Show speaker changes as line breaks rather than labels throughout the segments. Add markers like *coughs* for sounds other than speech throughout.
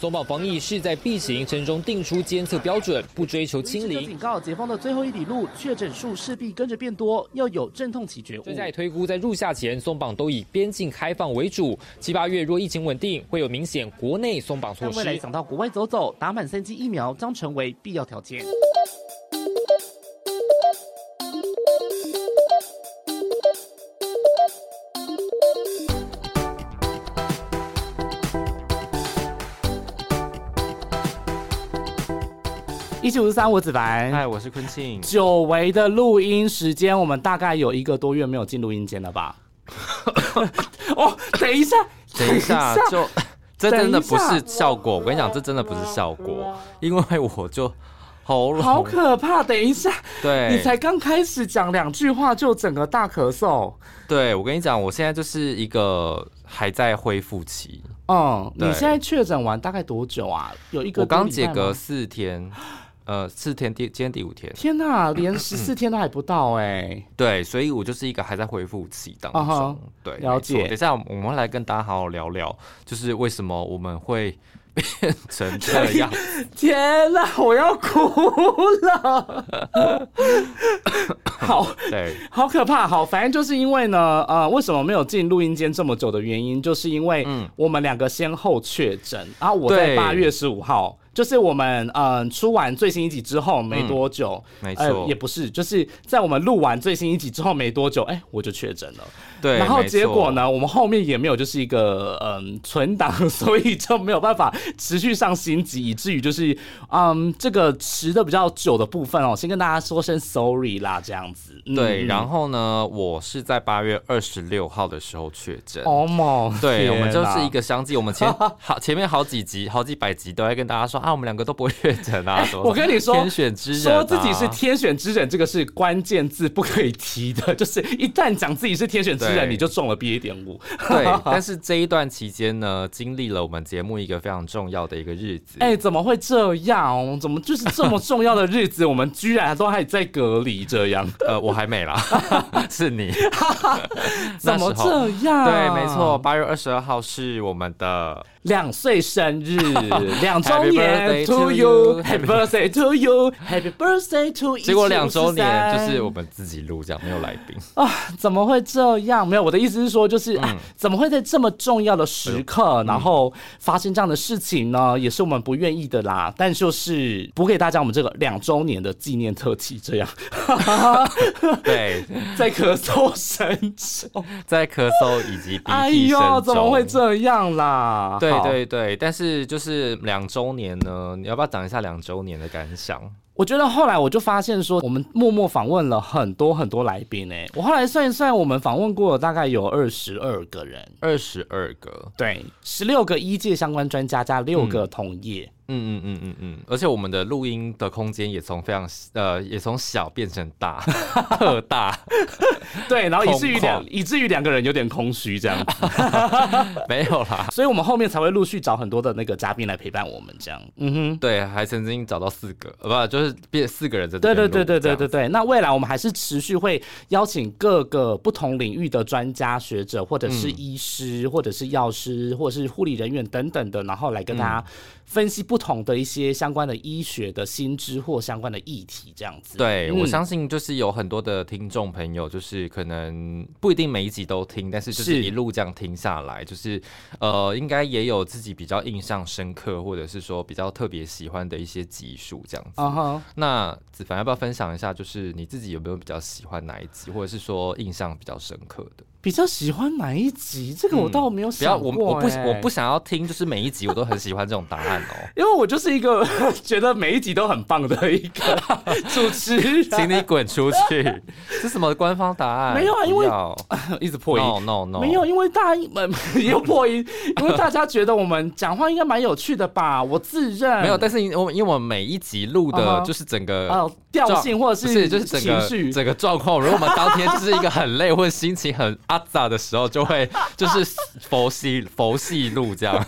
松绑防疫势在必行，城中定出监测标准，不追求清零。
警告：解封的最后一里路，确诊数势必跟着变多，要有阵痛期觉悟。
专家也推估，在入夏前松绑都以边境开放为主，七八月若疫情稳定，会有明显国内松绑措
但
施。
未来想到国外走走，打满三剂疫苗将成为必要条件。一七五三，我子凡。
嗨，我是坤庆。
久违的录音时间，我们大概有一个多月没有进录音间了吧？ *laughs* 哦，等一下，
等一下，就这
等
真的
一
不
下
是效果。我跟你讲，这真的不是效果，因为我就喉
好
咙
可怕！等一下，
对，
你才刚开始讲两句话就整个大咳嗽。
对我跟你讲，我现在就是一个还在恢复期。
嗯，你
对
现在确诊完大概多久啊？有一个
我刚
多礼拜
解
吗
隔。四天，呃，四天第今天第五天，
天呐，连十四天都还不到哎、
对，所以我就是一个还在恢复期当中。
啊哈
对，
了
没错
解
等一下我们会来跟大家好好聊聊，就是为什么我们会变
*laughs*
成这样。
天呐，我要哭了， *coughs* 好
对，
*laughs* 好可怕！好，反正就是因为呢，呃，为什么没有进录音间这么久的原因，就是因为我们两个先后确诊，然后我在
嗯对
八月十五号，就是我们嗯、呃出完最新一集之后没多久，
嗯没
呃
错，
也不是，就是在我们录完最新一集之后没多久，哎、我就确诊了。
对，
然后
没
结果
错？
呢，我们后面也没有就是一个嗯存档， *laughs* 所以就没有办法持续上新集，以至于就是嗯这个迟的比较久的部分哦，先跟大家说声 sorry 啦，这样子。嗯、
对，然后呢，我是在八月二十六号的时候确诊。
哦莫，
对，
天
我们就是
哪
一。个相继，我们
*laughs*
前好前面好几集、好几百集都在跟大家说啊，我们两个都不会确诊啊，什么
哎我跟你说
天选之人、啊，
说自己是天选之人，这个是关键字，不可以提的。 *laughs* 就是一旦讲自己是天选之人，
对
你就中了 B 一点五。 *laughs*
对，但是这一段期间呢，经历了我们节目一个非常重要的一个日子。
哎、怎么会这样？怎么就是这么重要的日子，我们居然都还在隔离这样？
呃，我还
*laughs*
没啦，是你。*laughs*
怎
那
么
时候
这样？
对，没错，，八月二十二号是我们的，
两岁
*laughs*
生日，两周
Happy
年
birthday to you
you，Happy birthday to you，Happy birthday to
结果两周年
1753
就是我们自己录，这样没有来
*laughs*
宾。
啊，怎么会这样？没有，我的意思是说，就是、
嗯
啊怎么会在这么重要的时刻，然后发生这样的事情呢？也是我们不愿意的啦。但就是补给大家我们这个两周年的纪念特辑，这样 *laughs*
对，
在咳嗽声中，
在咳嗽以 *laughs* 及鼻
哎
涕声
呦，怎么会
中
这样啦？
对
好
对对，但是就是两周年呢，你要不要讲一下两周年的感想？
我觉得后来我就发现说，我们默默访问了很多很多来宾诶、我后来算一算，我们访问过大概有二十二个人，
二十二个，
对，十六个医界相关专家加六个同业。
嗯嗯嗯嗯嗯，而且我们的录音的空间也从非常呃，也从小变成大， *laughs* 特大，
*laughs* 对，然后以
空
至于两
旷
以至于两个人有点空虚这样 *laughs* 子，
没有啦。
所以我们后面才会陆续找很多的那个嘉宾来陪伴我们这样。嗯哼，
对，还曾经找到四个，呃，不就是变四个人在这
对
边
对
录
对对对
这
对
样
对。那未来我们还是持续会邀请各个不同领域的专家学者，或者是医师，或者是药师，或者是护理人员等等的，然后来跟大家分析不同的一些相关的医学的新知或相关的议题，这样子。
对，我
嗯
相信就是有很多的听众朋友，就是可能不一定每一集都听，但是就是
是
一路这样听下来，就是呃，应该也有自己比较印象深刻，或者是说比较特别喜欢的一些集数这样子。
嗯哼，
那子凡要不要分享一下，就是你自己有没有比较喜欢哪一集，或者是说印象比较深刻的？
比较喜欢哪一集？这个我倒没有
不要
想过、
我
欸
我不我不想要听，就是每一集我都很喜欢这种答案哦。
因为我就是一个 *laughs* 觉得每一集都很棒的一个
*laughs*
主持 *laughs* 人，
请你滚出去！ *laughs* 这什么官方答案？
没有啊
不
因为
要
*laughs* 一直破音
no no no，
没有，因为大家们又破音，因为大家觉得我们讲话应该蛮有趣的吧？我自认
没有，但是因我因为我们每一集录
嗯
的
哼
就是整个
哦调
状
性或者
不呃是就是整
情
个
绪，
整个状况。如果我们当天就是一个很累或者心情很阿杂的时候，就
*laughs*
会就是佛系佛系录这样，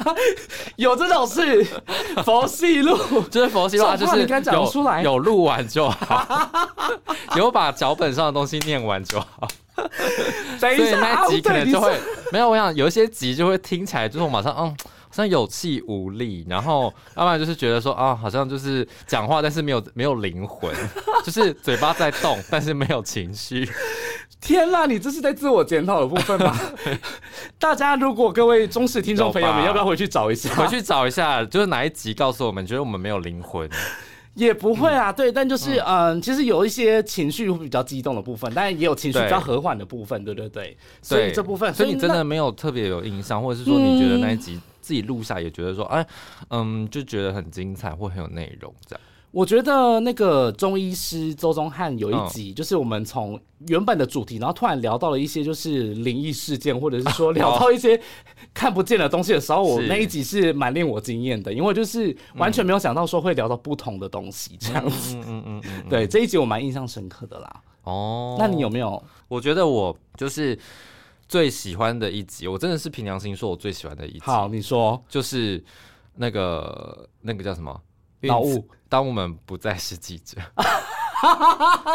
有这种事，
*laughs*
佛系路。
就是佛
*laughs*
系录，啊
这
就
种话
是
你敢讲
有
得出来
有录完就好， *laughs* 有把脚本上的东西念完就好。
等
所
一
以
下，
那一集
啊
可
对
能
你
就
说
会没有，我想有一些集就会听起来就是我马上嗯。像有气无力，然后要不然就是觉得说啊，好像就是讲话，但是没有没有灵魂， *laughs* 就是嘴巴在动，但是没有情
*laughs*
绪。
天啦，你这是在自我检讨的部
*laughs*
分吧？大家如果各位忠实听众朋友
有
们，
吧
要不要回去找一下？
回去找一下，就是哪一集告诉我们，觉得我们没有灵魂。
也不会啊，对，但就是嗯、其实有一些情绪会比较激动的部分，但也有情绪比较和缓的部分，对对对。所以
对
这部分，
所以你真
那嗯
的没有特别有印象，或者是说你觉得那一集自己录下也觉得说，哎，嗯，就觉得很精彩或很有内容这样。
我觉得那个中医师周宗汉有一
嗯
集，就是我们从原本的主题，然后突然聊到了一些就是灵异事件，或者是说聊到一些看不见的东西的时候，我
哦是
那一集是蛮令我惊艳的，因为就是完全没有想到说会聊到不同的东西这样子。
嗯嗯嗯嗯。
对，这一集我蛮印象深刻的啦。
哦，
那你有没有？
我觉得我就是最喜欢的一集，我真的是凭良心说，我最喜欢的一集，
好，嗯你说
就是那个那个叫什么？
脑雾
因此。当我们不再是记者。 *laughs*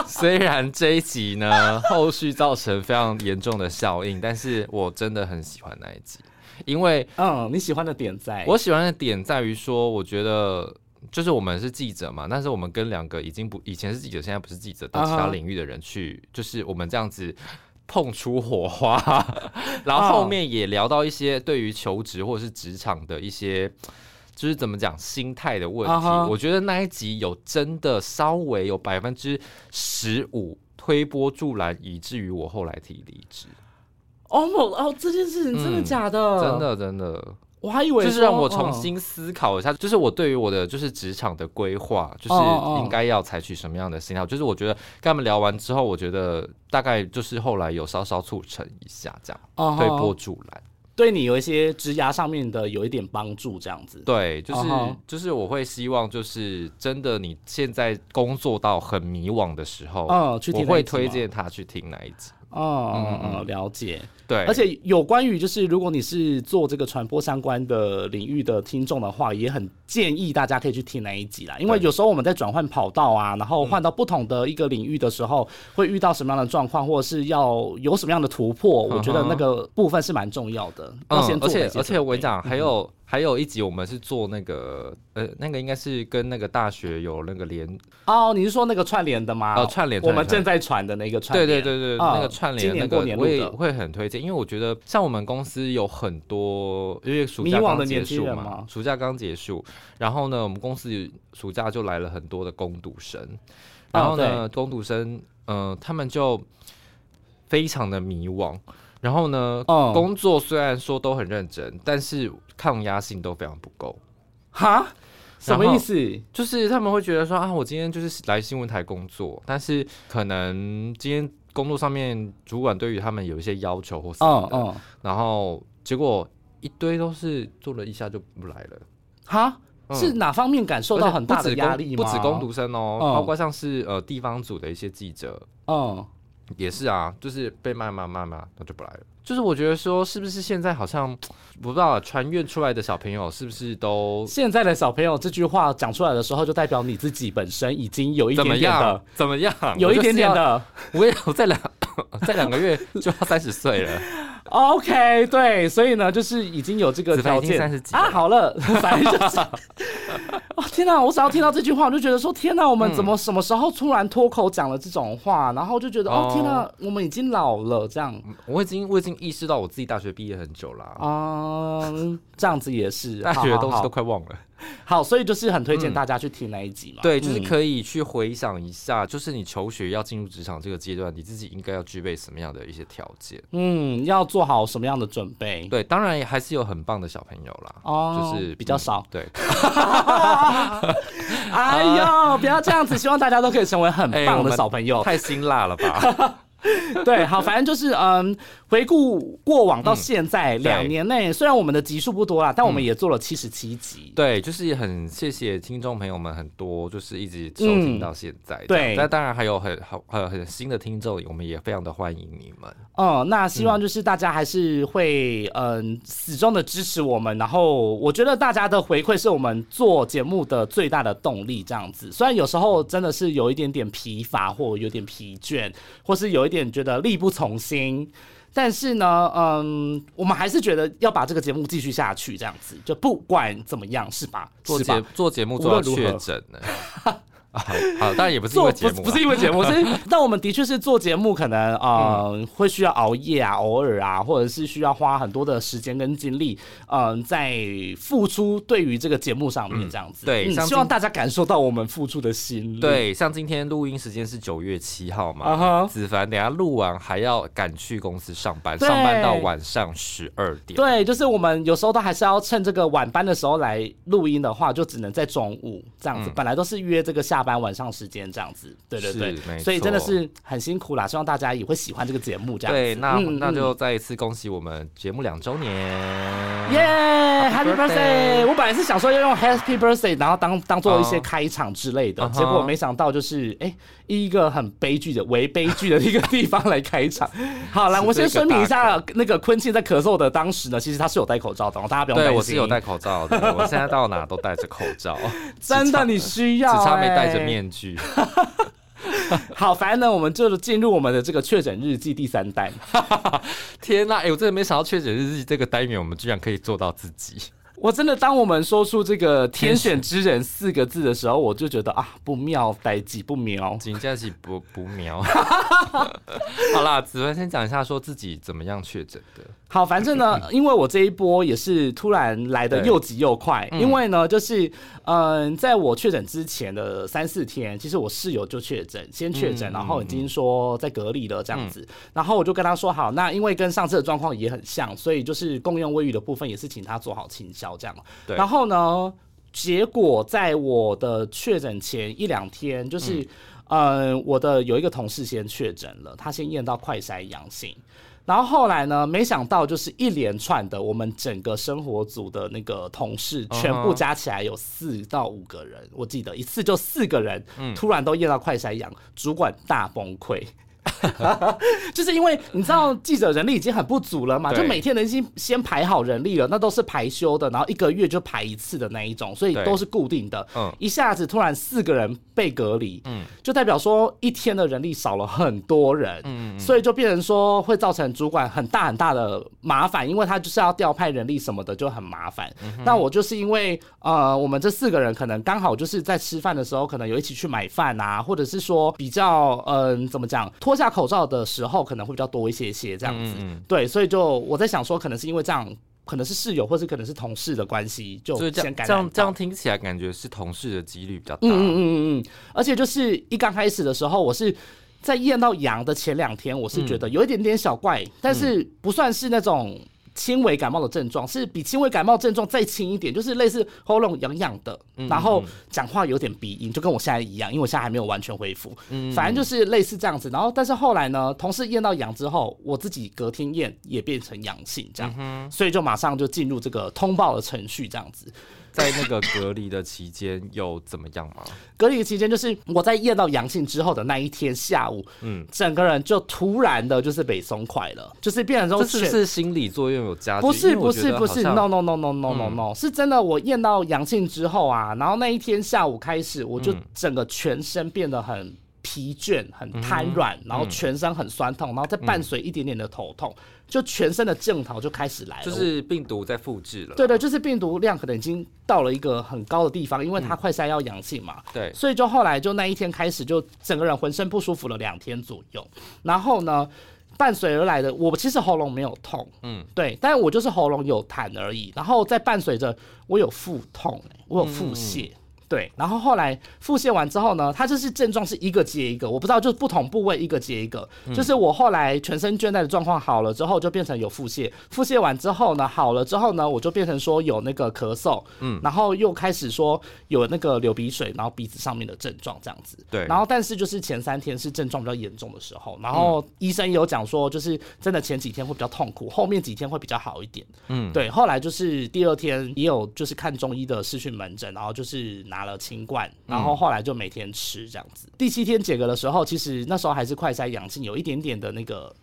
虽然这一集呢，后续造成非常严重的效应，但是我真的很喜欢那一集，因为
嗯，你喜欢的点在
我喜欢的点在于说，我觉得就是我们是记者嘛，但是我们跟两个已经不以前是记者，现在不是记者，到其
啊
他
哈
领域的人去就是我们这样子。碰出火花， *laughs* 然后后面也聊到一些对于求职或者是职场的一些，就是怎么讲心态的问题。
啊哈
我觉得那一集有真的稍微有百分之十五推波助澜，以至于我后来提离职。
哦某哦这件事情真的
嗯
假的？
真，的真的，
我还以为
就是让
说
我重。
嗯
新思考一下，就是我对于我的就是职场的规划，就
哦哦哦
是应该要采取什么样的心态。就是我觉得跟他们聊完之后，我觉得大概就是后来有稍稍促成一下，这
哦
样推波助澜。
对你有一些职涯上面的有一点帮助，这样子。
对，就是
哦哦
就是我会希望，就是真的你现在工作到很迷惘的时候，
哦去听
我
那一
会
集
推
吗
荐他去听哪一集。
哦，嗯嗯，了解。
对，
而且有关于就是，如果你是做这个传播相关的领域的听众的话，也很建议大家可以去听那一集啦，因为
对嗯
有时候我们在转换跑道啊，然后换到不同的一个领域的时候，会遇到什么样的状况，或者是要有什么样的突破，我觉得那个部分是蛮重要的。要先
嗯而
做哪些
且嗯
准备。嗯
而且我跟你讲，还有、还有一集我们是做那个呃，那个应该是跟那个大学有那个连，
哦，你是说那个串联的吗？
哦串联
我们
串
正
联
在传的那个串
对
联。
对对对，
啊
那个串
今
联那
年
个
过年录
我也
的
会很推荐，因为我觉得像我们公司有很多因为暑
迷
假
惘
刚
的
结
年轻
束
人
嘛
吗，
暑假刚结束，然后呢，我们公司暑假就来了很多的攻读生，然后
哦
呢，攻读生呃，他们就非常的迷惘。然后呢，
哦
工作虽然说都很认真，但是抗压性都非常不够。
哈，什么
然后
意思？
就是他们会觉得说啊，我今天就是来新闻台工作，但是可能今天工作上面主管对于他们有一些要求或什么
嗯
的，
嗯，
然后结果一堆都是做了一下就不来了，
哈，
嗯
是哪方面感受到很大的压力
不
吗？
止攻读生哦，
嗯
包括像是呃地方组的一些记者
嗯，
也是啊，就是被骂骂骂骂，那就不来了。就是我觉得说，是不是现在好像我不知道啊传阅出来的小朋友是不是都
现在的小朋友这句话讲出来的时候，就代表你自己本身已经有一
怎么
点点
样
的，？
怎么样？
有一点点
我就是要
的。
我也啊我在两 *laughs* 在两个月就要三十岁了，
OK，对，所以呢，就是已经有这个
子凡
条
已经
件
30几了
啊，
*laughs*
好了，反正就是。哦、天哪！我只要听到这句话，我就觉得说天哪，我们怎
嗯
么什么时候突然脱口讲了这种话？然后就觉得哦
哦
天哪，我们已经老了这样
我已经我已经意识到我自己大学毕业很久啦、
啊、嗯这样子也是。
*laughs* 大学的
好好
东西
好嗯
都快忘了。
好，所以就是很推荐大家去听那一集嘛。
对，就是可以去回想一下，就是你求学要进入职场这个阶段，你自己应该要具备什么样的一些条件。
嗯，要做好什么样的准
*laughs*
备？
对，当然还是有很棒的小朋友啦，
嗯哦
就是
比较
嗯
少 *laughs*
对，
哎呦，不要这样子，希望大家都可以成为很
啊哎
棒
我
的
们
小朋友。
太辛辣了
*laughs*
吧？
对，好，反正就是嗯，回顾过往到现在两年内，虽然我们的集数不多啦，但我们也做了七十七集。
对，就是很谢谢听众朋友们很多，就是一直收听到现在这样、
嗯对
但当然还有很好很很新的听众，我们也非常的欢迎你们。
嗯，那希望就是大家还是会嗯始终的支持我们，然后我觉得大家的回馈是我们做节目的最大的动力，这样子。虽然有时候真的是有一点点疲乏，或有点疲倦，或是有一点觉得力不从心。但是呢，嗯，我们还是觉得要把这个节目继续下去，这样子就不管怎么样，是吧？
做
是吧
节做节目
无
做到
论如何
确诊呢、 *laughs* 啊好，当然也不是因
做
为节目啊，
不是不是因为节目，是但我们的确是做节目，可能呃、
嗯
会需要熬夜啊，偶尔啊，或者是需要花很多的时间跟精力，嗯、在付出对于这个节目上面这样子。
对
嗯
像
希望
今
大家感受到我们付出的心
*laughs*
力。，
对，像今天录音时间是九月七号嘛
啊哈
子凡等一下录完还要赶去公司上班，
对
上班到晚上十二点。
对，就是我们有时候都还是要趁这个晚班的时候来录音的话，就只能在中午这样子。本来都是约这个下班晚上时间这样子，对对
嗯是
对，
没
所以真的
错
是很辛苦啦。希望大家也会喜欢这个节目这样子。
对，那、
嗯
那
嗯
就再一次恭喜我们节目两周年。
耶、h a p p
Happy
y Birthday！
birthday
我本来是想说要用 Happy Birthday，然后当当做一些
哦
开场之类的
嗯哼
结果没想到就是哎、一个很悲剧的、为悲剧的一个地方来开场。
*laughs*
好了，
是
我
这个
先声明一
大
下，那个坤庆在咳嗽的当时呢，其实他是有戴口罩的，哦大家不用担
对，
心。
我是有戴，口罩的，我现在到哪都戴着口罩，
*laughs* 真
只
的
差
你
只
需要、
差没戴着
哎。
面具。 *laughs*
好，反正呢，我们就进入我们的这个确诊日记第三弹。
天呐、哎、我真的没想到确诊日记这个单元，我们居然可以做到自己。
我真的，当我们说出这个“天
天选
选之人”四个字的时候，我就觉得啊，不妙，呆机不妙。
紧接着不不苗。 *laughs* 好啦，子文先讲一下，说自己怎么样确诊的。
好，反正
*laughs*
呢，因为我这一波也是突然来的
对
又急又快，因为呢，就是嗯、在我确诊之前的三四天，其实我室友就确诊，先确诊，
嗯
然后已经说在隔离了这样子，然后我就跟他说好，那因为跟上次的状况也很像，所以就是共用卫浴的部分也是请他做好清消这样，
对
然后呢，结果在我的确诊前一两天，就是，嗯、我的有一个同事先确诊了，他先验到快筛阳性，然后后来呢，没想到就是一连串的，我们整个生活组的那个同事
嗯哼
全部加起来有四到五个人，我记得一次就四个人，突然都验到快筛阳，主管大崩溃。 *laughs* 就是因为你知道记者人力已经很不足了嘛，
对
就每天人先先排好人力了，那都是排休的，然后一个月就排一次的那一种，所以
对
都是固定的。
嗯
一下子突然四个人被隔离，就代表说一天的人力少了很多人，
嗯
所以就变成说会造成主管很大很大的麻烦，因为他就是要调派人力什么的就很麻烦。
嗯
那我就是因为呃，我们这四个人可能刚好就是在吃饭的时候，可能有一起去买饭啊，或者是说比较嗯、怎么讲，脱下口罩的时候可能会比较多一些些这样子。
嗯
对，所以就我在想说，可能是因为这样。可能是室友，或是可能是同事的关系，就
就是这
先
样，
哦感染
这样这
到
样听起来感觉是同事的几率比较大。
嗯嗯嗯嗯嗯，而且就是一刚开始的时候，我是在验到阳的前两天，我是觉得有一点点小怪，但是不算是那种。轻微感冒的症状是比轻微感冒症状再轻一点，就是类似喉咙痒痒的，然后讲话有点鼻音，就跟我现在一样，因为我现在还没有完全恢复。反正就是类似这样子。然后，但是后来呢，同事验到阳之后，我自己隔天验也变成阳性，这样，所以就马上就进入这个通报的程序，这样子。
在那个隔离的期间又怎么样吗？
隔离期间，就是我在验到阳性之后的那一天下午，嗯
嗯，
整个人就突然的就是被松快了，就是变成说
这是不
全
是心理作用有加剧？
不
因
是
为我
不
觉
是
得
不
好
是
像嗯
，no no no no no no no，、是真的。我验到阳性之后啊，然后那一天下午开始，我就整个全身变得很疲倦、很瘫软，然后全身很酸
嗯
痛，然后再伴随一点点的头痛，就全身的症头就开始来了。
就是病毒在复制了。
对的，就是病毒量可能已经到了一个很高的地方，因为它快筛要阳性嘛，
对，
所以就后来就那一天开始，就整个人浑身不舒服了两天左右。然后呢，伴随而来的，我其实喉咙没有痛，嗯，对，但我就是喉咙有痰而已。然后再伴随着我有腹痛、欸我有腹泻。对，然后后来腹泻完之后呢，它就是症状是一个接一个，我不知道就是不同部位一个接一个，就是我后来全身倦怠的状况好了之后，就变成有腹泻，腹泻完之后呢，好了之后呢，我就变成说有那个咳嗽，嗯，然后又开始说有那个流鼻水，然后鼻子上面的症状这样子，
对
然后但是就是前三天是症状比较严重的时候，然后医生有讲说，就是真的前几天会比较痛苦，后面几天会比较好一点，
嗯，
对，后来就是第二天也有就是看中医的视讯门诊，然后就是拿了清冠，然后后来就每天吃这样子。第七天解隔的时候，其实那时候还是快筛阳性，有一点点的那个。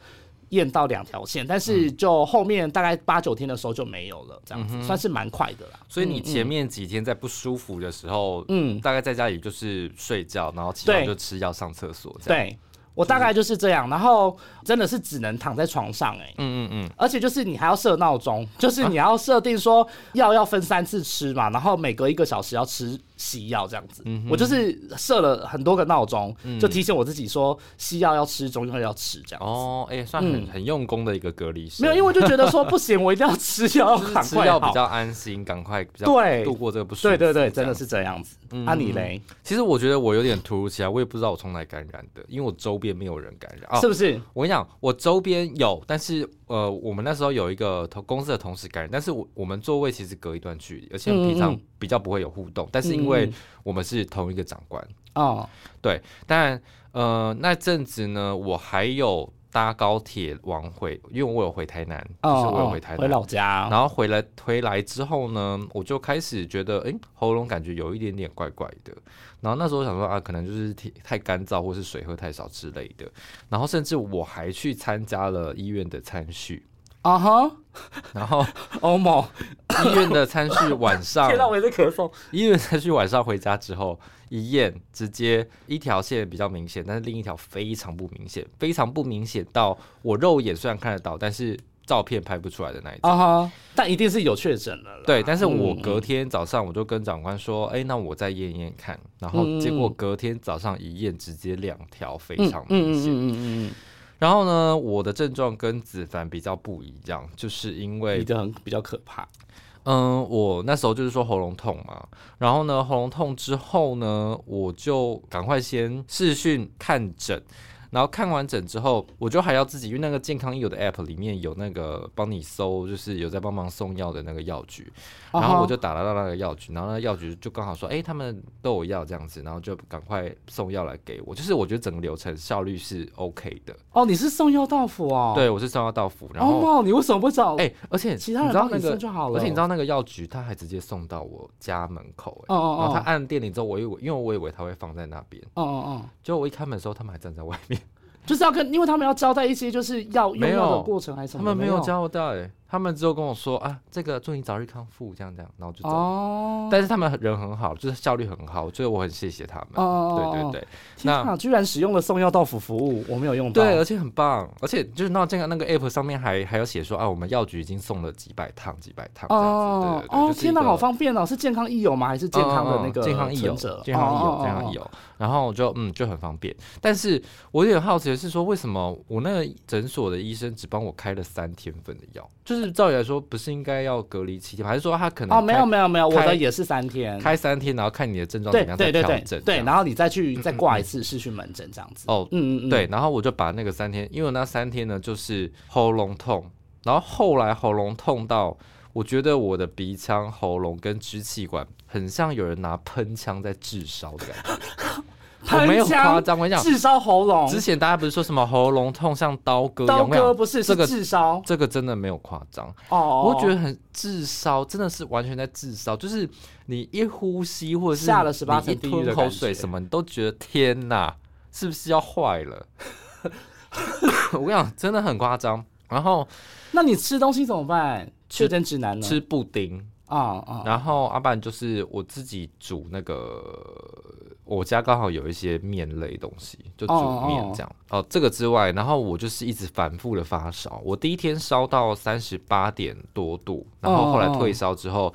验到两条线，但是就后面大概八九天的时候就没有了，这样子、算是蛮快的啦。
所以你前面几天在不舒服的时候，
嗯
大概在家里就是睡觉，然后起床
对
就吃药、上厕所这样。
对，我大概就是这样，然后真的是只能躺在床上哎、
嗯嗯嗯，
而且就是你还要设闹钟，就是你要设定说药要分三次吃嘛，然后每隔一个小时要吃西药这样子。我就是设了很多个闹钟，就提醒我自己说西药要吃，中药要吃这样。
哦，哎、算很、很用功的一个隔离室，
嗯没有，因为我就觉得说不行，我一定要吃药，
就是
哦赶
吃
快
药
好
比较安心，赶快比较
对
度过这个不舒服。
对对对，
这
真
样
的。是这样子。啊，你嘞，
其实我觉得我有点突如其来，我也不知道我从哪里感染的，因为我周边没有人感染。哦
是不是？
我跟你讲，我周边有，但是呃，我们那时候有一个同公司的同事感染，但是我我们座位其实隔一段距离，而且平
嗯
常
嗯
比较不会有互动，但是因为我们是同一个长官，
哦，
对，但呃那阵子呢，我还有搭高铁往回，因为我有回台南，
哦
就是我有
哦
回台
回
南。
老家。
然后回来回来之后呢，我就开始觉得，诶，喉咙感觉有一点点怪怪的。然后那时候我想说啊，可能就是太太干燥，或是水喝太少之类的。然后甚至我还去参加了医院的餐叙，
啊哈，
然
*laughs*
后
欧某，
医院的餐叙晚上，
*laughs* 天哪，我也是咳嗽。
医院餐叙晚上回家之后一验，直接一条线比较明显，但是另一条非常不明显，非常不明显到我肉眼虽然看得到，但是照片拍不出来的那一种。
啊哈，但一定是有确诊了啦。
对，但是我
嗯
隔天早上我就跟长官说，哎、那我再验验看，然后结果隔天早上一验，直接两条非常明显。
嗯嗯嗯嗯
然后呢，我的症状跟子凡比较不一样，就是因
嗯，你
为，
的很比较可怕。
嗯，我那时候就是说喉咙痛嘛，然后呢，喉咙痛之后呢，我就赶快先视讯看诊。然后看完诊之后，我就还要自己，因为那个健康医友的 app 里面有那个帮你搜，就是有在帮忙送药的那个药局，
啊
然后我就打了到那个药局，然后那个药局就刚好说，哎、他们都有药这样子，然后就赶快送药来给我。就是我觉得整个流程效率是 OK 的，
哦，你是送药到府哦。，
对我是送药到府，然后
欧某，你为什么不找？
哎、而且
其他人
你知道
帮
那
你送
个，
就好了。
而且你知，道那个药局他还直接送到我家门口、哎、
哦哦哦，
然后他按电铃之后，我以为因为我以为他会放在那边，
哦哦
结果我一开门的时候，他们还站在外
*laughs*
面，
哦，就是要跟，因为他们要交代一些就是药用
没有
药的过程还是什
他
么的，
们没有
有
交代、他们只有跟我说啊，这个祝你早日康复，这样这样，然后就走了。
哦。
但是他们人很好，就是效率很好，所以我很谢谢他们。
哦哦
对
哦
对对，
天啊，居然使用了送药到府服务，我没有用到。
对，而且很棒，而且就是那这个那个 app 上面还还有写说啊，我们药局已经送了几百趟、几百趟这样
哦
子。对对对
哦，
就是一
天哪，
个嗯
好方便哦！是健康益友吗？还是健康的那
嗯嗯
个
嗯健康益友、
存者
健康益
哦哦
友、
哦
健康益友，然后就嗯就很方便。但是我有点好奇的是说，为什么我那个诊所的医生只帮我开了三天份的药？就是照理来说，不是应该要隔离七天吗，还是说他可能
哦，没有
开
没有没有，我
开
的也是三天。
开三天，然后看你的症状怎
对
么样
对
再
对
调
对
整？
对，
这样
然后你再去再挂一次视讯门诊这样子。
哦，
嗯嗯嗯，
对，然后我就把那个三天，因为我那三天呢就是喉咙痛，然后后来喉咙痛到我觉得我的鼻腔、喉咙跟支气管很像有人拿喷枪在炙烧的感觉，
*laughs*
我没有
喷
夸
枪
张，我跟你讲，
炙烧喉咙，
之前大家不是说什么喉咙痛像刀割一样，
刀
我跟你
割
讲
不是
这
是
个
炙烧
这个真的没有夸张，
哦，
我觉得很炙烧，真的是完全在炙烧，就是你一呼吸或者是
下了18
你一
层地狱
吞
的
口
感
水
觉
什么，你都觉得天哪，是不是要坏了？ *coughs* 我跟你讲，真的很夸张。然后
那你吃东西怎么办？确诊指南呢？
吃布丁，
啊啊
然后阿爸就是我自己煮那个，我家刚好有一些面类东西，就煮面这样。哦这个之外，然后我就是一直反复的发烧，我第一天烧到三十八点多度，然后后来退烧之后，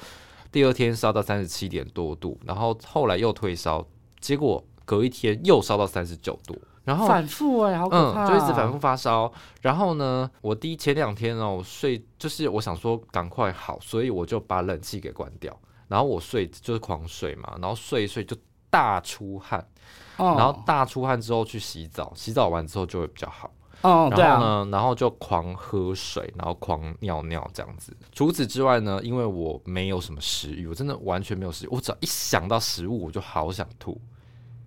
第二天烧到三十七点多度，然后后来又退烧，结果隔一天又烧到三十九度，然后
反复哎，好可怕，
嗯，就一直反复。发烧。然后呢，我第一前两天哦，我睡就是我想说赶快好，所以我就把冷气给关掉，然后我睡就是狂睡嘛，然后睡一睡就大出汗，
然
然后大出汗之后去洗澡，洗澡完之后就会比较好。
哦，对
然后
啊，
呢，然后就狂喝水，然后狂尿尿这样子。除此之外呢，因为我没有什么食欲，我真的完全没有食欲，我只要一想到食物我就好想吐。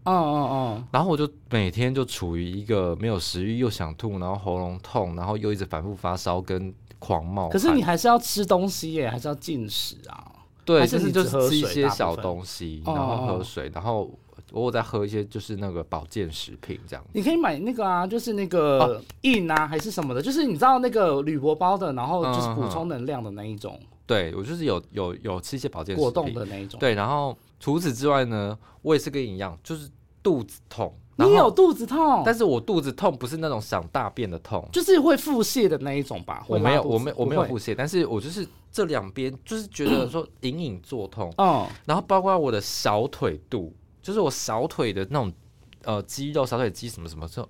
嗯嗯嗯，
然后我就每天就处于一个没有食欲，又想吐，然后喉咙痛，然后又一直反复发烧跟狂冒汗。
可是你还是要吃东西耶，还是要进食啊？
对，
还是
就是
你
就
只
是
喝
吃一
水
些
大部
小
分
东西，
哦
然后
哦
喝
哦
水，然后我有在喝一些就是那个保健食品这样子。
你可以买那个啊，就是那
哦
个印啊，还是什么的，就是你知道那个铝箔包的，然后
嗯
就是补充能量的那一种，
对我就是有有有吃一些保健
果
食
冻
品
的。那一种。
对，然后除此之外呢，我也是跟你一样，就是肚子痛，然
你有
后，
肚子痛，
但是我肚子痛不是那种想大便的痛，
就是会腹泻的那一种吧？
我
会拉
没有，
肚子
我没我没有。
不
腹
会
泻，但是我就是这两边就是觉得说 *coughs* 隐隐作痛，
嗯，
然后包括我的小腿肚，就是我小腿的那种呃肌肉、小腿肌什么什么之后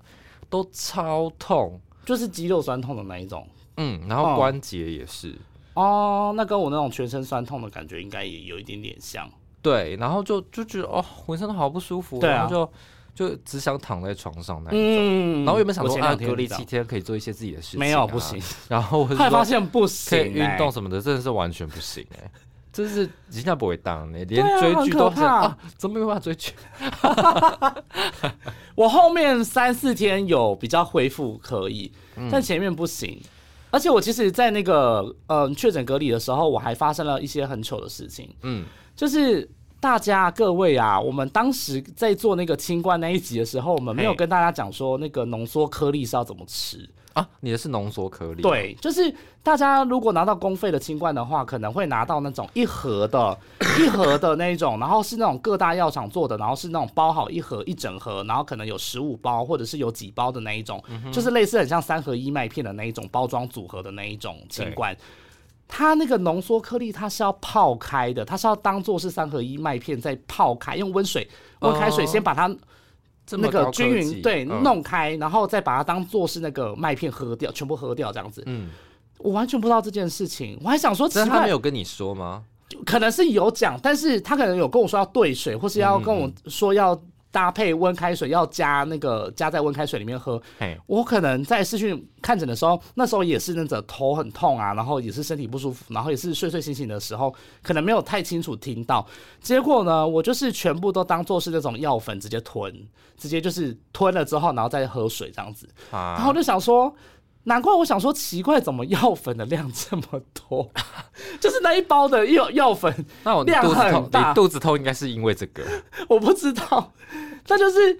都超痛，
就是肌肉酸痛的那一种。
嗯，然
哦
后关节也是。
哦，那跟我那种全身酸痛的感觉应该也有一点点像。
对，然后就就觉得哦，浑身都好不舒服，
对啊
然后就就只想躺在床上那一种。
嗯
然后原本想
我
说
前
啊，
两天
隔离
这
七
样
天可以做一些自己的事情、啊
没有不行。，
然后我
后来发
说
现不
可
行、
以运
欸
动什么的，真的是完全不行哎、真是人家不会当你、连
对啊
追
很
剧
可
都是
怕
啊，怎么没办法追剧？
我后面三四天有比较恢复可以，
嗯
但前面不行。而且我其实，在那个嗯确诊隔离的时候，我还发生了一些很糗的事情，
嗯，
就是大家各位啊，我们当时在做那个清冠那一集的时候，我们没有
嘿
跟大家讲说那个浓缩颗粒是要怎么吃。
啊，你的是浓缩颗粒，，
对，就是大家如果拿到公费的清冠的话，可能会拿到那种一盒的、一盒的那一种，然后是那种各大药厂做的，然后是那种包好一盒一整盒，然后可能有十五包或者是有几包的那一种，就是类似很像三合一麦片的那一种包装组合的那一种清
对
冠。它那个浓缩颗粒，它是要泡开的，它是要当做是三合一麦片再泡开，用温水、温开水
哦
先把它
这
那
么
个
高科
均匀
技
对、
嗯
弄开，然后再把它当做是那个麦片喝掉，全部喝掉这样子。
嗯，
我完全不知道这件事情，我还想说奇
但是他没
怪，
有跟你说吗？
可能是有讲，但是他可能有跟我说要兑水，或是
嗯
要跟我说要搭配温开水，要加那个加在温开水里面喝。
嘿，
我可能在视讯看诊的时候，那时候也是那种头很痛啊，然后也是身体不舒服，然后也是睡睡醒醒的时候，可能没有太清楚听到。结果呢，我就是全部都当做是那种药粉直接吞，直接就是吞了之后，然后再喝水这样子。然后
*laughs* 啊
我，就想说，难怪我想说奇怪，怎么药粉的量这么多？ *laughs* 就是那一包的药药粉，
那我你
量
肚子
很
痛，
大
你肚子痛应该是因为这个，
*laughs* 我不知道，那就是。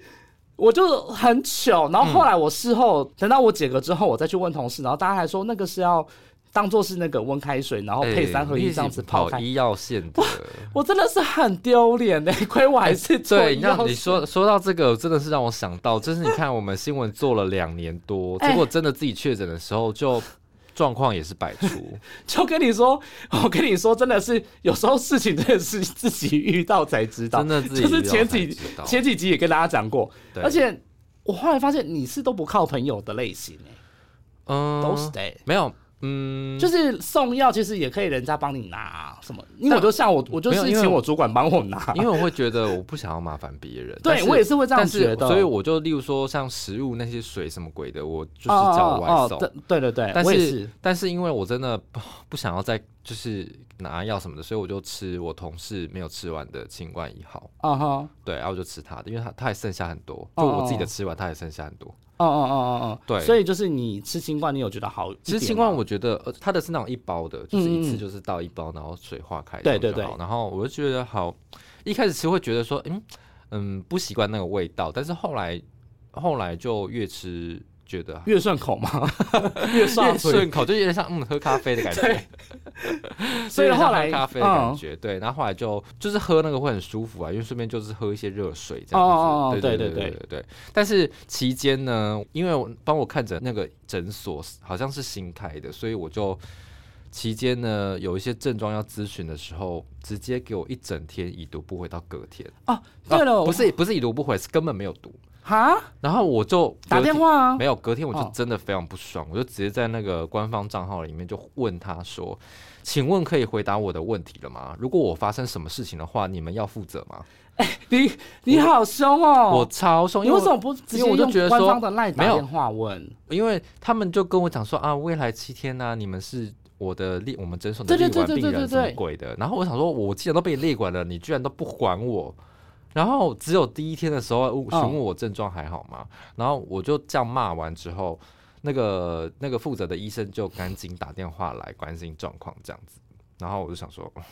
我就很糗，
嗯
然后后来我事后、等到我解隔之后，我再去问同事，然后大家还说那个是要当做是那个温开水，然后配
哎
三合
你
一
已
这样
经
子泡
跑
开。
医药线 *laughs* 的。
我真的是很丢脸的，亏我还是做
对，
药
那你说说到这个，真的是让我想到，就是你看我们新闻做了两年多，
哎
结果真的自己确诊的时候就。状况也是百出，
就跟你说， *laughs* 我跟你说，真的是有时候事情真的是自己遇到才知道，
真的自己
就是
遇到
前
才
几
知道
前几集也跟大家讲过，
对
而且我后来发现你是都不靠朋友的类型、欸
*laughs* 嗯，
都是的、欸
没有，嗯，
就是送药其实也可以人家帮你拿、啊、什么，因为
但
我就像我我就
没有
是
因为
请我主管帮我拿，
因为我会觉得我不想要麻烦别人，但
*laughs* 对
是
我也是会这样
但是
觉得，
所以我就例如说像食物那些水什么鬼的，我就是
哦
叫
哦
外
哦
送，
对对对对，
但
我也
是但是因为我真的 *laughs* 不不想要再就是拿药什么的，所以我就吃我同事没有吃完的清冠一号，
啊哈，哦
对，然后我就吃他的，因为他他还剩下很多，
哦
就我自己的吃完，他还剩下很多。
哦哦哦哦，
对
所以就是你吃新冠，你有觉得好一点吗？
其实新冠我觉得，呃，它的是那种一包的，就是一次就是倒一包，然后水化开这样
对
就
嗯对
好，
对
然后我就觉得好，一开始吃会觉得说，嗯嗯，不习惯那个味道，但是后来后来就越吃觉得
越顺口
*laughs*
吗？越
越
上嘴
顺口，就有点像嗯喝咖啡的
*laughs*
感觉。
所以
有点像
后来嗯
喝咖啡的感觉，对，然后后来就就是喝那个会很舒服啊，因为顺便就是喝一些热水这样子。
哦哦哦
对
对对
对对对。但是期间呢，因为我帮我看诊那个诊所好像是新开的，所以我就期间呢有一些症状要咨询的时候，直接给我一整天已读不回到隔天。
哦，对了，
啊
我
不是不是已读不回，是根本没有读。
哈，
然后我就
打
隔
电
天
话啊
没，有，隔天我就
哦
真的非常不爽，我就直接在那个官方账号里面就问他说：“请问可以回答我的问题了吗？如果我发生什么事情的话，你们要负责吗
你你好凶？”哦！
我超凶，
你
因为
为什么不直接
因为我就
用
觉得
官
说
方的赖打
没有
电话问？
因为他们就跟我讲说啊，未来七天呢、你们是。我的列我们诊所的
对
列
对
管
对
病
对对
人什么
对
鬼的，然后我想说，我既然都被你列管了，你居然都不还我，然后只有第一天的时候问询问我症状还好吗？然后我就这样骂完之后，那个那个负责的医生就赶紧打电话来关心状况这样子，然后我就想说，嗯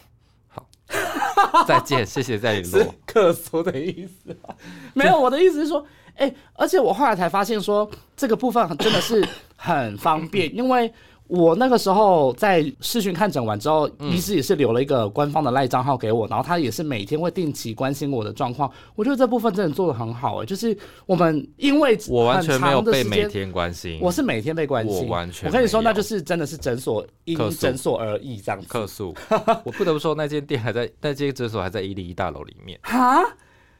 好，
*laughs*
再见，谢谢再联
是
络。
克苏的意思啊、 *laughs* 没有，我的意思是说， *coughs* 哎、而且我后来才发现说，这个部分真的是很方便，因为我那个时候在视讯看诊完之后，
嗯
医师也是留了一个官方的赖账号给我，然后他也是每天会定期关心我的状况。我觉得这部分真的做的很好哎、就是我们因为
我完
很
全没有
长的
被
时
每
间
天关心，
我是每天被关心，
我完全
我跟你说，
没有
那就是真的是诊所因
客诉
诊所而异这样子。
客诉， *laughs* 我不得不说那间店还在，那间诊所还在一零一大楼里面，
哈，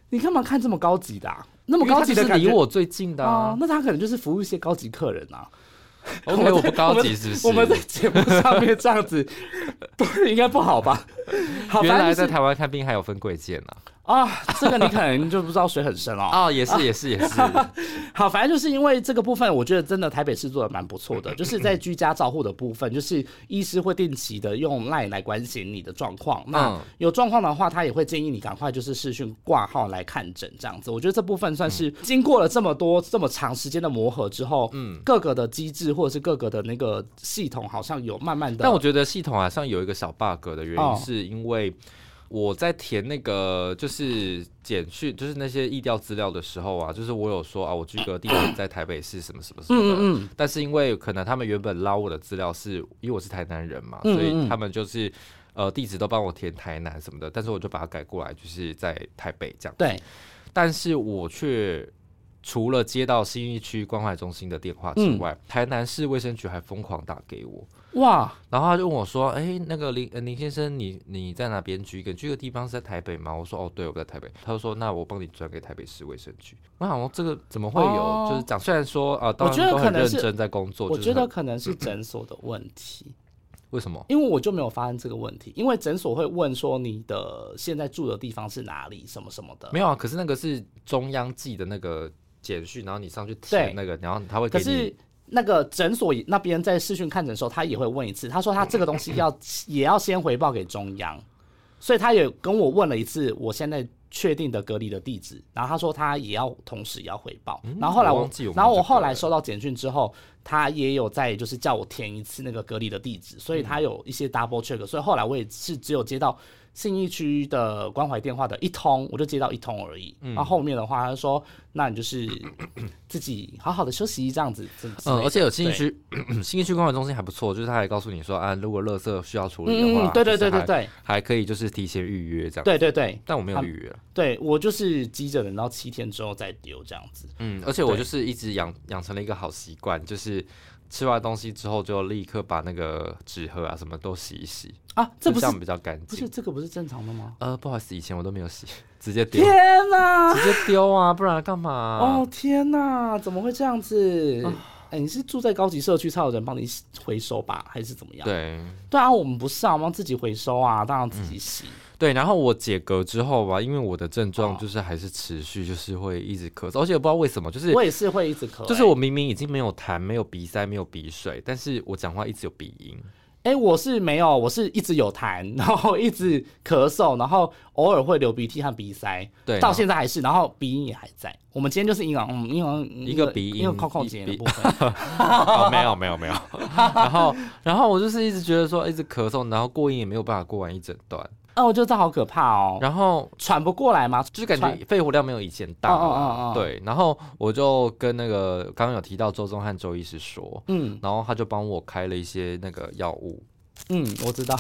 你干嘛看这么高级的、啊？
那
那么高级的感
离
觉
我最近的
哦
啊，
那他可能就是服务一些高级客人啊。
，OK，我
在
不高
我
级
们
是不是？
我们在节目上面这样子， *laughs* 不是应该不好吧？好，
原来
反
在
正就是
台湾看病还有分贵贱啊！
啊，这个你可能就不知道水很深哦。
啊，也是也是也是，
*laughs* 好，反正就是因为这个部分，我觉得真的台北市做的蛮不错的，就是在居家照护的部分，就是医师会定期的用 LINE 来关心你的状况。那
嗯
有状况的话，他也会建议你赶快就是视讯挂号来看诊这样子。我觉得这部分算是经过了这么多这么长时间的磨合之后，嗯，各个的机制或者是各个的那个系统好像有慢慢的，
但我觉得系统好像有一个小 bug 的原因，
哦
是因为我在填那个就是简讯，就是那些意调资料的时候啊，就是我有说啊，我居隔地点在台北市什么什么什么的，
嗯嗯
但是因为可能他们原本捞我的资料是因为我是台南人嘛，
嗯嗯
所以他们就是。呃，地址都帮我填台南什么的，但是我就把它改过来，就是在台北这样。
对，
但是我却除了接到新义区关怀中心的电话之
嗯
外，台南市卫生局还疯狂打给我，
哇，
然后他就问我说：“哎、那个林、呃、林先生，你你在哪边居？跟居的地方是在台北吗？”我说：“哦，对，我在台北。”他就说：“那我帮你转给台北市卫生局。”我想说这个怎么会有？
哦
就是讲，虽然说啊、呃，当
我觉
然
得
都
可
很
能
认
是
真在工作，就
我
是
觉得
很
可能是诊所的问题。
为什么？
因为我就没有发现这个问题，因为诊所会问说你的现在住的地方是哪里，什么什么的。
没有啊，可是那个是中央寄的那个简讯，然后你上去填
对
那个，然后他会给
可
你。
是那个诊所那边在视讯看诊的时候，他也会问一次，他说他这个东西要 *coughs* 也要先回报给中央，所以他也跟我问了一次我现在确定的隔离的地址，然后他说他也要同时也要回报，然后后来
嗯我
我
忘记有没有
然后我
这个
后来收到简讯之后，他也有在就是叫我填一次那个隔离的地址，所以
嗯
他有一些 double check，所以后来我也是只有接到。信义区的关怀电话的一通，我就接到一通而已。
嗯
那、后面的话，他就说：“那
*coughs*
你就是自己好好的休息，这样子。这”之类
嗯，
的
而且有新义区，新义区关怀中心还不错，就是他还告诉你说啊，如果垃圾需要处理的
嗯
话，
嗯，对对
就是
对对
还，
对
还可以就是提前预约这样。
对对对
但我没有
他
预约了。
对，我就是急着等到七天之后再丢这样子。
嗯，而且我就是一直养养成了一个好习惯，就是吃完东西之后就立刻把那个纸盒啊什么都洗一洗，
啊，这不
就这
是
样比较干
不是
净。
这个不是正常的吗？
呃，不好意思，以前我都没有洗， *laughs* 直接丢，
天哪、
直接丢啊，啊不然干嘛、
哦天哪、怎么会这样子？哎、你是住在高级社区才有人帮你回收吧，还是怎么样？
对
对啊，我们不是啊，我们要自己回收啊，当然自己洗。
对，然后我解隔之后吧，因为我的症状
哦
就是还是持续，就是会一直咳嗽，而且我不知道为什么，就是
我也是会一直咳、
就
哎
是我明明已经没有痰、没有鼻塞、没有鼻水，但是我讲话一直有鼻音。
哎、我是没有，我是一直有痰， *laughs* 然后一直咳嗽，然后偶尔会流鼻涕和鼻塞，
对啊然
到
后
现在还是，然后鼻音也还在。我们今天就是阴阳，嗯，阴阳
一
一
个鼻音
因为扣扣
一
节的
鼻
部分， *laughs*
哦，没有没有没有。 *laughs* 然后然后我就是一直觉得说一直咳嗽，然后过瘾也没有办法过完一整段，
哦，我觉得这好可怕哦，
然后
喘不过来吗？
就是感
喘
觉肺活量没有以前大
哦哦
了
哦哦。
对，然后我就跟那个刚刚有提到周宗汉周医师说，
嗯
然后他就帮我开了一些那个药物，
嗯，我知道，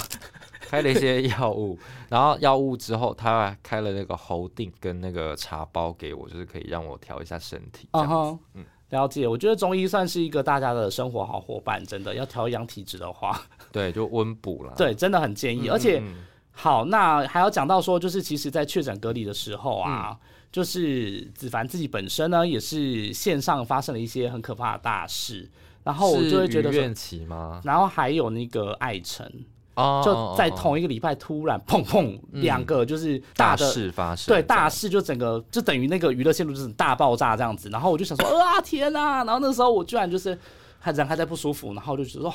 开了一些药物， *laughs* 然后药物之后他还开了那个喉定跟那个茶包给我，就是可以让我调一下身体这
嗯
样。
哼，了解。我觉得中医算是一个大家的生活好伙伴，真的要调养体质的话，
对，就温补啦。
对，真的很建议，而且。
嗯
好，那还要讲到说，就是其实，在确诊隔离的时候啊，
嗯
就是子凡自己本身呢，也是线上发生了一些很可怕的大事，然后我
是
就会觉得
于
说
愿，琪吗？
然后还有那个艾辰，
哦
就在
哦哦嗯
同一个礼拜突然砰砰两个就是大的。
事发生，
对大事就整个就等于那个娱乐线路就是大爆炸这样子，然后我就想说，啊天呐、然后那时候我居然就是还人还在不舒服，然后就觉得哦，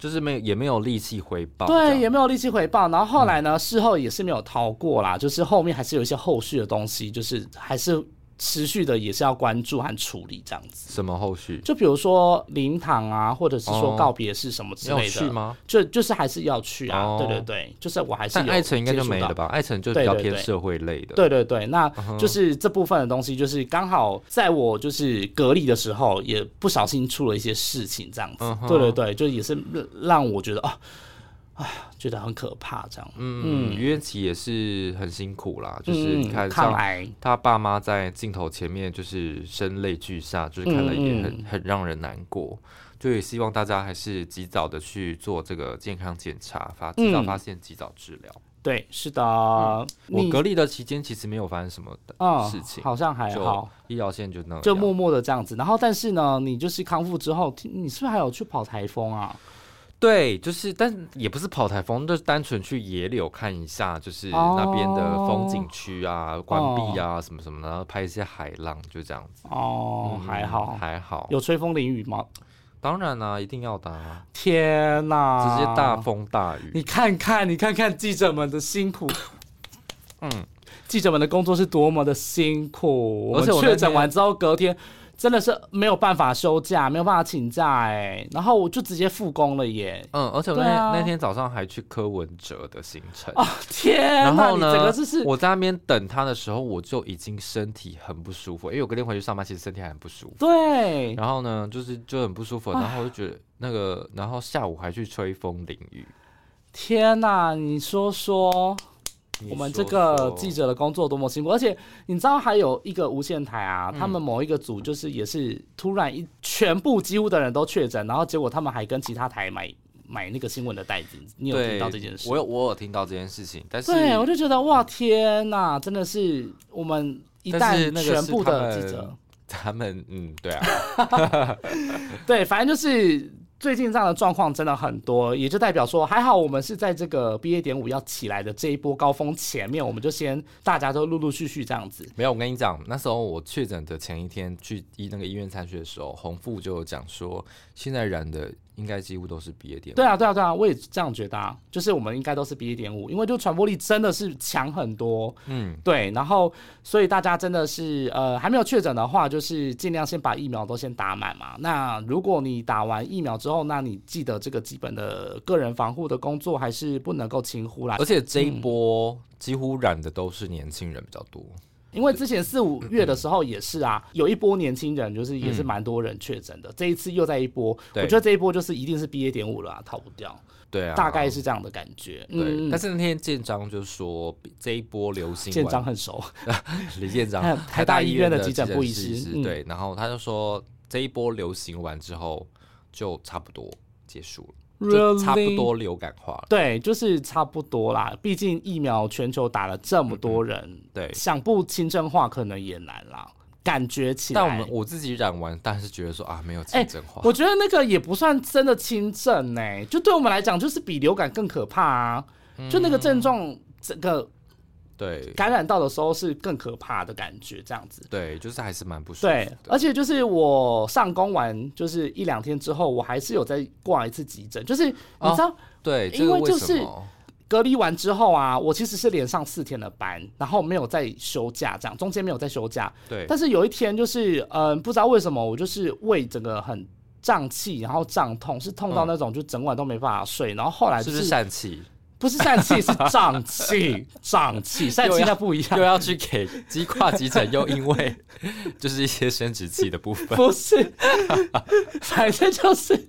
就是没有也没有力气回报，
对，
这
也
样嗯
没有力气回报。然后后来呢，事后也是没有逃过啦，就是后面还是有一些后续的东西，就是还是持续的也是要关注和处理这样子。
什么后续？
就比如说灵堂啊，或者是说
哦
告别式什么之
要
类
去
的，
吗？
就就是还是要去啊。
哦
对对对，就是我还是
但
有
艾辰应该就
接触
没
到
了吧？艾嗯辰就
对
比较
对
偏
对
社会类的。
对对对，那就是这部分的东西，就是刚好在我就是隔离的时候，也不小心出了一些事情，这样子。
嗯哼
对对对，就也是让我觉得啊啊，觉得很可怕这样。
嗯，于彦琪也是很辛苦啦，就是你看
嗯、抗
像
癌，
他爸妈在镜头前面就是声泪俱下，就是看了也
嗯嗯
很很让人难过。就也希望大家还是及早的去做这个健康检查，发及早
嗯
发现，及早治疗。
对，是的。
我
嗯你
隔离的期间其实没有发生什么的
嗯
事情，
好像还
就
好。
医疗线就那样
就默默的这样子，然后但是呢，你就是康复之后，听你是不是还有去跑台风啊？
对，就是但也不是跑台风，就是单纯去野柳看一下，就是那边的风景区啊、
哦
关闭啊什么什么的，然后拍一些海浪，就这样子。
哦，
嗯
还好，
还好。
有吹风淋雨吗？
当然啦、一定要的、啊，
天哪，
直接大风大雨。
你看看，你看看记者们的辛苦，
嗯，
*laughs* 记者们的工作是多么的辛苦。
而且我
们
那
确诊
天
完之后，隔天真的是没有办法休假，没有办法请假、哎，然后我就直接复工了耶。
嗯，而且我那
对
天、
啊
那天早上还去柯文哲的行程。
啊 *laughs* 天
*laughs* 然
哪，
后
你
呢？
整个就是
我在那边等他的时候，我就已经身体很不舒服，因为我隔天回去上班，其实身体还很不舒服。
对，
然后呢，就是就很不舒服，然后
啊
我就觉得那个，然后下午还去吹风淋雨。
天哪，你说说。
你
我们这
说
个
说
记者的工作多么辛苦，而且你知道还有一个无线台啊，
嗯
他们某一个组就是也是突然一全部几乎的人都确诊，然后结果他们还跟其他台买买那个新闻的袋子，你有
对
听到这件事？
我有我有听到这件事情，但是
对，我就觉得哇天呐，真的是我们一
但
旦
是那个
全
是
部
他
的
们
记者，
*laughs* 他们嗯，对啊，
对，反正就是。最近这样的状况真的很多，也就代表说，还好我们是在这个 B A 点五要起来的这一波高峰前面，我们就先大家都陆陆续续这样子。
没有。我跟你讲，那时候我确诊的前一天去医那个医院参血的时候，洪富就有讲说，现在染的应该几乎都是毕业点。
对啊，对啊，对啊，我也这样觉得啊，就是我们应该都是 B 一点五，因为就传播力真的是强很多，
嗯，
对，然后所以大家真的是呃还没有确诊的话，就是尽量先把疫苗都先打满嘛。那如果你打完疫苗之后，那你记得这个基本的个人防护的工作还是不能够轻忽啦
而，且这一
嗯
波几乎染的都是年轻人比较多。
因为之前四五
嗯
月的时候也是啊，有一波年轻人就是也是蛮多人确诊的，这一次又在一波，我
对
觉得这一波就是一定是 B 一点五了、啊，逃不掉，
对啊，
大概是这样的感觉。
对。
嗯，
但是那天建章就说，这一波流行
建
完
章很熟。
李县长
台，台大医院的
的
急诊部
部
医师嗯
对，然后他就说这一波流行完之后就差不多结束了，就差不
Really？
多流感化了。
对，就是差不多啦。毕竟疫苗全球打了这么多人，
嗯对
想不轻症化可能也难啦。感觉起来，
但我们我自己染完，但是觉得说啊，没有
哎
清真化。
我觉得那个也不算真的轻症呢、欸就对我们来讲，就是比流感更可怕啊。就
嗯
那个症状，整个
对
感染到的时候是更可怕的感觉，这样子。
对，就是还是蛮不舒服
对
的。，
而且就是我上工完，就是一两天之后，我还是有再挂一次急诊。就是你知
哦
道，
对，
因
这个
为就
什
是
么？
隔离完之后啊，我其实是连上四天的班，然后没有再休假，这样中间没有再休假。
对，
但是有一天就是，嗯、不知道为什么，我就是胃整个很胀气，然后胀痛，是痛到那种就整晚都没办法睡。然后后来
嗯是
就
不是疝气？
不是疝气，是
*laughs*
胀气，胀气，疝气那不一
又
样。
要去给鸡跨急诊，又因为 *laughs* 就是一些生殖器的部分。
*laughs* 不是，反正就是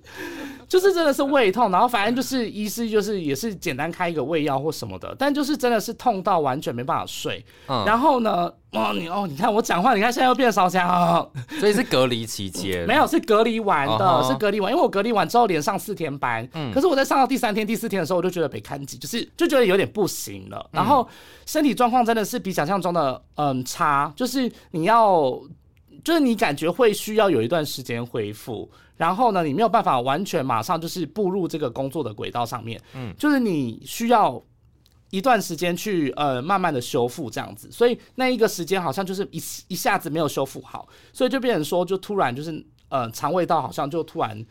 就是真的是胃痛，然后反正就是医师就是也是简单开一个胃药或什么的，但就是真的是痛到完全没办法睡。
嗯
然后呢，哦你哦你看我讲话，你看现在又变烧香、哦，
所以是隔离期间，
*laughs* 没有是隔离完的
哦吼
是隔离完，因为我隔离完之后连上四天班，可是我在上到第三天、第四天的时候，我就觉得被看急，就是就觉得有点不行了，然后身体状况真的是比想象中的嗯差，就是你要。就是你感觉会需要有一段时间恢复，然后呢，你没有办法完全马上就是步入这个工作的轨道上面，嗯，就是你需要一段时间去呃慢慢的修复这样子，所以那一个时间好像就是一一下子没有修复好，所以就变成说就突然就是呃肠胃道好像就突然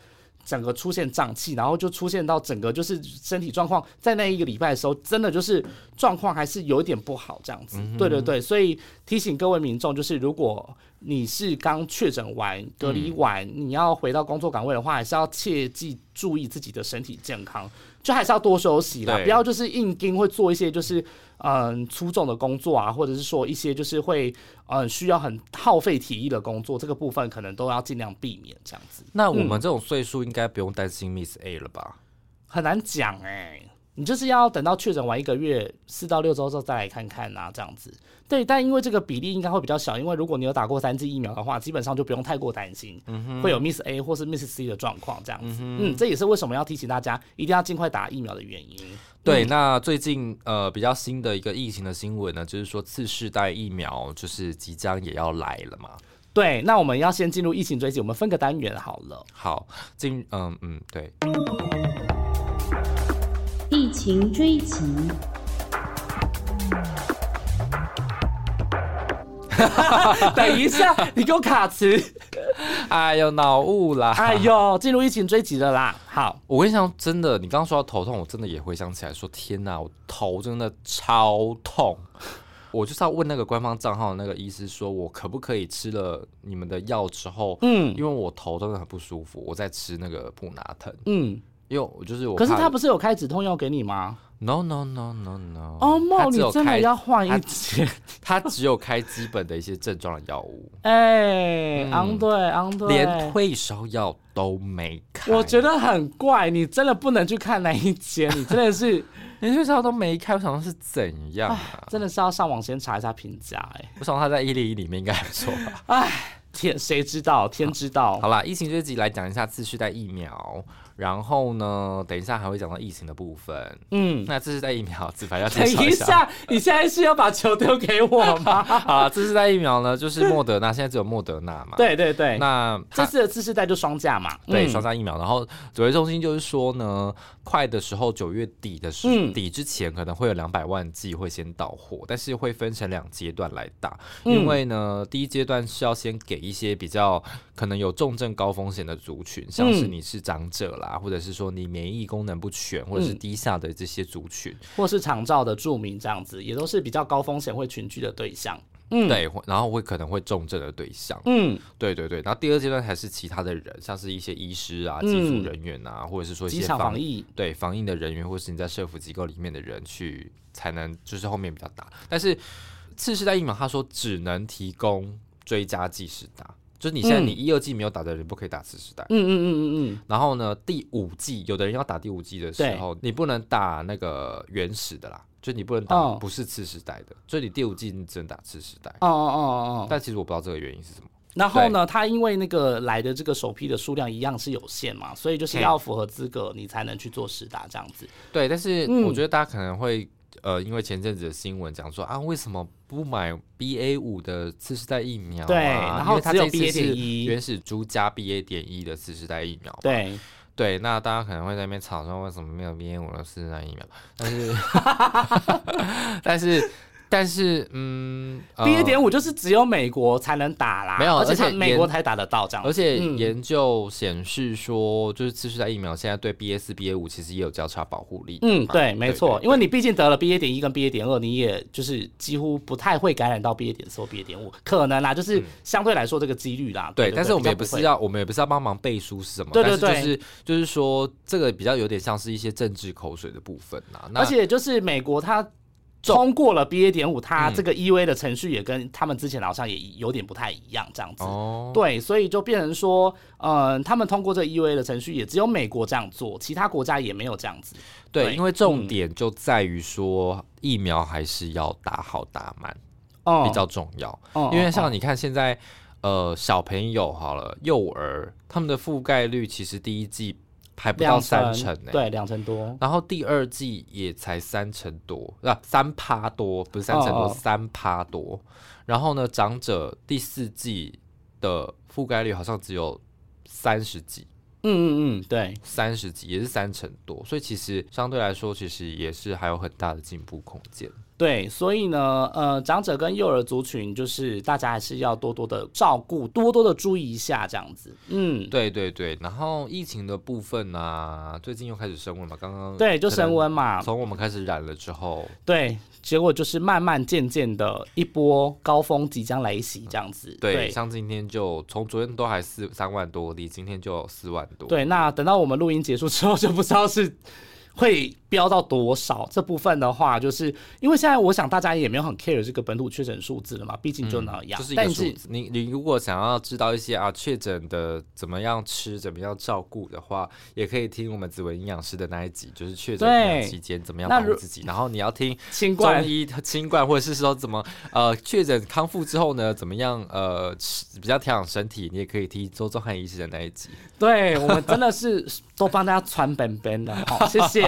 整个出现胀气，然后就出现到整个就是身体状况，在那一个礼拜的时候，真的就是状况还是有一点不好这样子。对对对，所以提醒各位民众，就是如果你是刚确诊完、隔离完，你要回到工作岗位的话，还是要切记注意自己的身体健康，就还是要多休息啦，
对
不要就是硬盯会做一些就是嗯粗重的工作啊，或者是说一些就是会嗯需要很耗费体力的工作，这个部分可能都要尽量避免这样子。
那我
嗯
们这种岁数应该不用担心 Miss A 了吧？
很难讲哎、你就是要等到确诊完一个月，四到六周之后再来看看呐、这样子。对，但因为这个比例应该会比较小，因为如果你有打过三剂疫苗的话，基本上就不用太过担心、会有 Miss A 或是 Miss C 的状况这样子。嗯，这也是为什么要提醒大家一定要尽快打疫苗的原因。嗯
对，那最近呃比较新的一个疫情的新闻呢，就是说次世代疫苗就是即将也要来了嘛。
对，那我们要先进入疫情追击，我们分个单元好了。
好，进嗯嗯对，
疫情追击，
*laughs* 等一下，你给我卡词。
哎呦脑雾啦！
哎呦，进入疫情追击了啦。好，
我跟你讲，真的，你刚刚说到头痛，我真的也回想起来说，天哪，我头真的超痛。我就是要问那个官方账号的那个医师，说我可不可以吃了你们的药之后，嗯，因为我头真的很不舒服，我在吃那个普拿疼，
嗯，
因为我就是我怕。
可是他不是有开止痛药给你吗？
no no no no no，
哦，
他
梦，
只
你
有
真的
开
要换
他
一支。
他只有开基本的一些症状的药物，
哎、昂对昂 *laughs*
嗯
对，
连退烧药都没开。
我觉
得
得很怪，你真的不能去看那一间，你真的是
连退烧药都没开，我想说是怎样 *laughs* 啊？
真的是要上网先查一下评价、哎，
我想他在一零一里面应该还不错吧。
天谁知道，天知道。
好啦，疫情这集来讲一下次世代疫苗，然后呢，等一下还会讲到疫情的部分。
嗯，
那次世代疫苗，子凡要介
等
绍
一
下。
下，你现在是要把球丢给我吗？
*laughs* 好啦，啊次世代疫苗呢，就是莫德纳，现在只有莫德纳嘛。。
*laughs* 对对对，
那
这次的次世代就双价嘛，
对
嗯
双价疫苗，然后指挥中心就是说呢，快的时候九月底的时、
嗯
底之前可能会有两百万剂会先到货，但是会分成两阶段来打，
嗯
因为呢，第一阶段是要先给一些比较可能有重症高风险的族群，像是
嗯
你是长者啦，或者是说你免疫功能不全或者是
嗯
低下的这些族群，
或是长照的著名这样子，也都是比较高风险会群聚的对象。嗯
对，或然后会可能会重症的对象，
嗯，
对对对，然后第二阶段才是其他的人，像是一些医师啊、技术
嗯
人员啊，或者是说一
机
些
场
防
防疫，
对防疫的人员，或是你在社服机构里面的人去，才能就是后面比较大。但是次世代疫苗，他说只能提供追加剂时打，就是你现在
嗯
你一、二剂没有打的人不可以打次世代。
嗯嗯嗯嗯嗯，
然后呢，第五剂有的人要打第五剂的时候，你不能打那个原始的啦，就你不能打
哦
不是次世代的，所以你第五剂你只能打次世代。
哦哦哦哦哦。
但其实我不知道这个原因是什么。
然后呢，它因为那个来的这个首批的数量一样是有限嘛，所以就是要符合资格，你才能去做实打这样子。
对，但是
嗯
我觉得大家可能会、呃，因为前阵子的新闻讲说啊，为什么不买 BA 五的次世代疫苗、啊？
对然后
因为它
只有
这次是
BA.1
原始株加 BA 点一的次世代疫苗嘛。
对，
对，那大家可能会在那边吵说为什么没有 BA 五的次世代疫苗，但是
*laughs*
但是但是嗯、呃
B A 点五就是只有美国才能打啦，
没有
而且
而且
它美国
连
才打得到这样子。
而且
嗯
研究显示说，就是次世代疫苗现在对 B A 四、B A 五其实也有交叉保护力。
嗯，对，没错，因
为
为你毕竟得了 B A 点一跟 B A 点二，你也就是几乎不太会感染到 B A 点四或 B A 点五，可能啦，就是相对来说这个几率啦。
嗯对，
对，
但是
对
我们也
比
不
较
是
会
要，我们也不是要帮忙背书是什么，
对对
但
对
是就是就是说，这个比较有点像是一些政治口水的部分啦。那
而且就是美国它通过了 BA 点五，它
嗯
这个 EUA 的程序也跟他们之前好像也有点不太一样这样子。
哦，
对，所以就变成说，嗯、他们通过这个 EUA 的程序，也只有美国这样做，其他国家也没有这样子。
对，
对嗯
因为重点就在于说疫苗还是要打好打满
哦、
比较重要，
哦，
因为
哦
像你看现在呃小朋友好了，幼儿他们的覆盖率其实第一季还不到
两
三成欸呢、
对，两成多。
然后第二季也才三成多，啊，三趴多，不是三成多，
哦哦
三趴多。然后呢，长者第四季的覆盖率好像只有三十几，
嗯嗯嗯，对。
三十几也是三成多，所以其实相对来说，其实也是还有很大的进步空间。
对，所以呢，呃，长者跟幼儿族群，就是大家还是要多多的照顾，多多的注意一下，这样子。嗯，
对对对，然后疫情的部分啊，最近又开始升温嘛，刚刚
对，就升温嘛。
从我们开始染了之后，
对，结果就是慢慢渐渐的一波高峰即将来袭，这样子。
对，像今天就从昨天都还四三万多例，今天就四万多。
对，那等到我们录音结束之后，就不知道是。会飙到多少？这部分的话，就是因为现在我想大家也没有很 care 这个本土确诊数字了嘛，毕竟就那样。
这嗯是一个
但
数
是
字。你你如果想要知道一些啊确诊的怎么样吃、怎么样照顾的话，也可以听我们紫薇营养师的那一集，就是确诊
对
营养期间怎么样
那
保
如
护自己。然后你要听
*laughs* 新冠
中医新冠，或者是说怎么呃确诊康复之后呢，怎么样呃吃比较调养身体，你也可以听周宗汉医师的那一集。
对我们真的是都帮大家传本本了，好、谢
*laughs*
谢。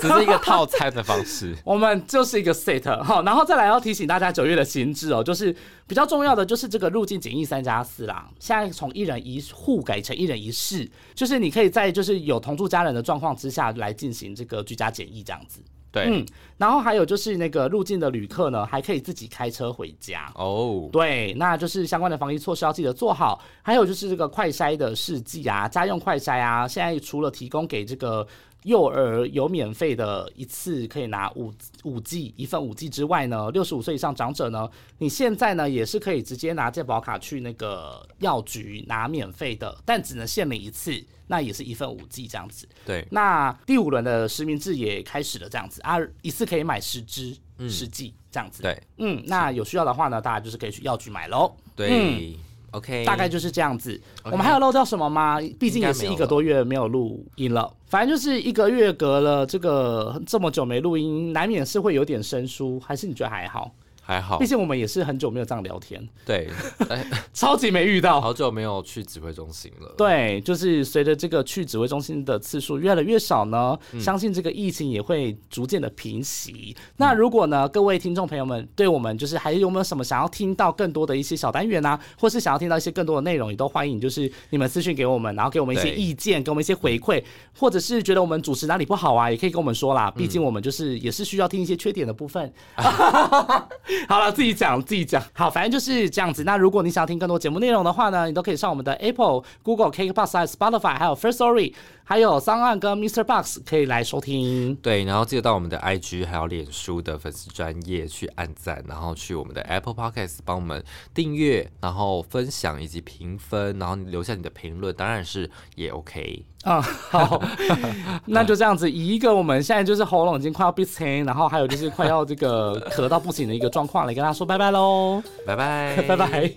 只是一个套餐的方式。
我们就是一个 set 好，然后再来要提醒大家九月的行制哦，就是比较重要的就是这个入境检疫三加四啦，现在从一人一户改成一人一室，就是你可以在就是有同住家人的状况之下来进行这个居家检疫这样子。
对，
嗯，然后还有就是那个入境的旅客呢，还可以自己开车回家。
哦，
对，那就是相关的防疫措施要记得做好，还有就是这个快筛的试剂啊，家用快筛啊，现在除了提供给这个幼儿有免费的一次可以拿五五剂一份五剂之外呢，六十五岁以上长者呢，你现在呢也是可以直接拿健保卡去那个药局拿免费的，但只能限领一次，那也是一份五剂这样子。
对，
那第五轮的实名制也开始了，这样子啊，一次可以买十支、十剂这样子。
嗯对，
嗯，那有需要的话呢，大家就是可以去药局买喽。
对、o k
嗯大概就是这样子。我们还有漏掉什么吗？毕竟也是一个多月没有录音了，反正就是一个月隔了这个这么久没录音，难免是会有点生疏，还是你觉得还好？
还好
毕。竟我们也是很久没有这样聊天，
对，哎，
超级没遇到。
好久没有去指挥中心了。
对，就是随着这个去指挥中心的次数越来越少呢，相信这个疫情也会逐渐的平息。那如果呢，各位听众朋友们对我们就是还有没有什么想要听到更多的一些小单元啊，或是想要听到一些更多的内容，也都欢迎就是你们私讯给我们，然后给我们一些
对
意见，给我们一些回馈，或者是觉得我们主持哪里不好啊，也可以跟我们说啦。毕竟我们就是也是需要听一些缺点的部分， *laughs* 好了，自己讲自己讲。好，反正就是这样子。那如果你想要听更多节目内容的话呢，你都可以上我们的 Apple、Google、KKBox、还有 Spotify，还有 First Story，还有 s o n g 跟 Mr. Box 可以来收听。
对，然后记得到我们的 IG 还有脸书的粉丝专业去按赞，然后去我们的 Apple Podcast 帮我们订阅，然后分享以及评分，然后你留下你的评论，当然是也 OK。
啊、好，那就这样子。以一个我们现在就是喉咙已经快要闭塞，然后还有就是快要这个咳到不行的一个状况来跟大家说拜拜喽，
*laughs* 拜拜，
拜拜。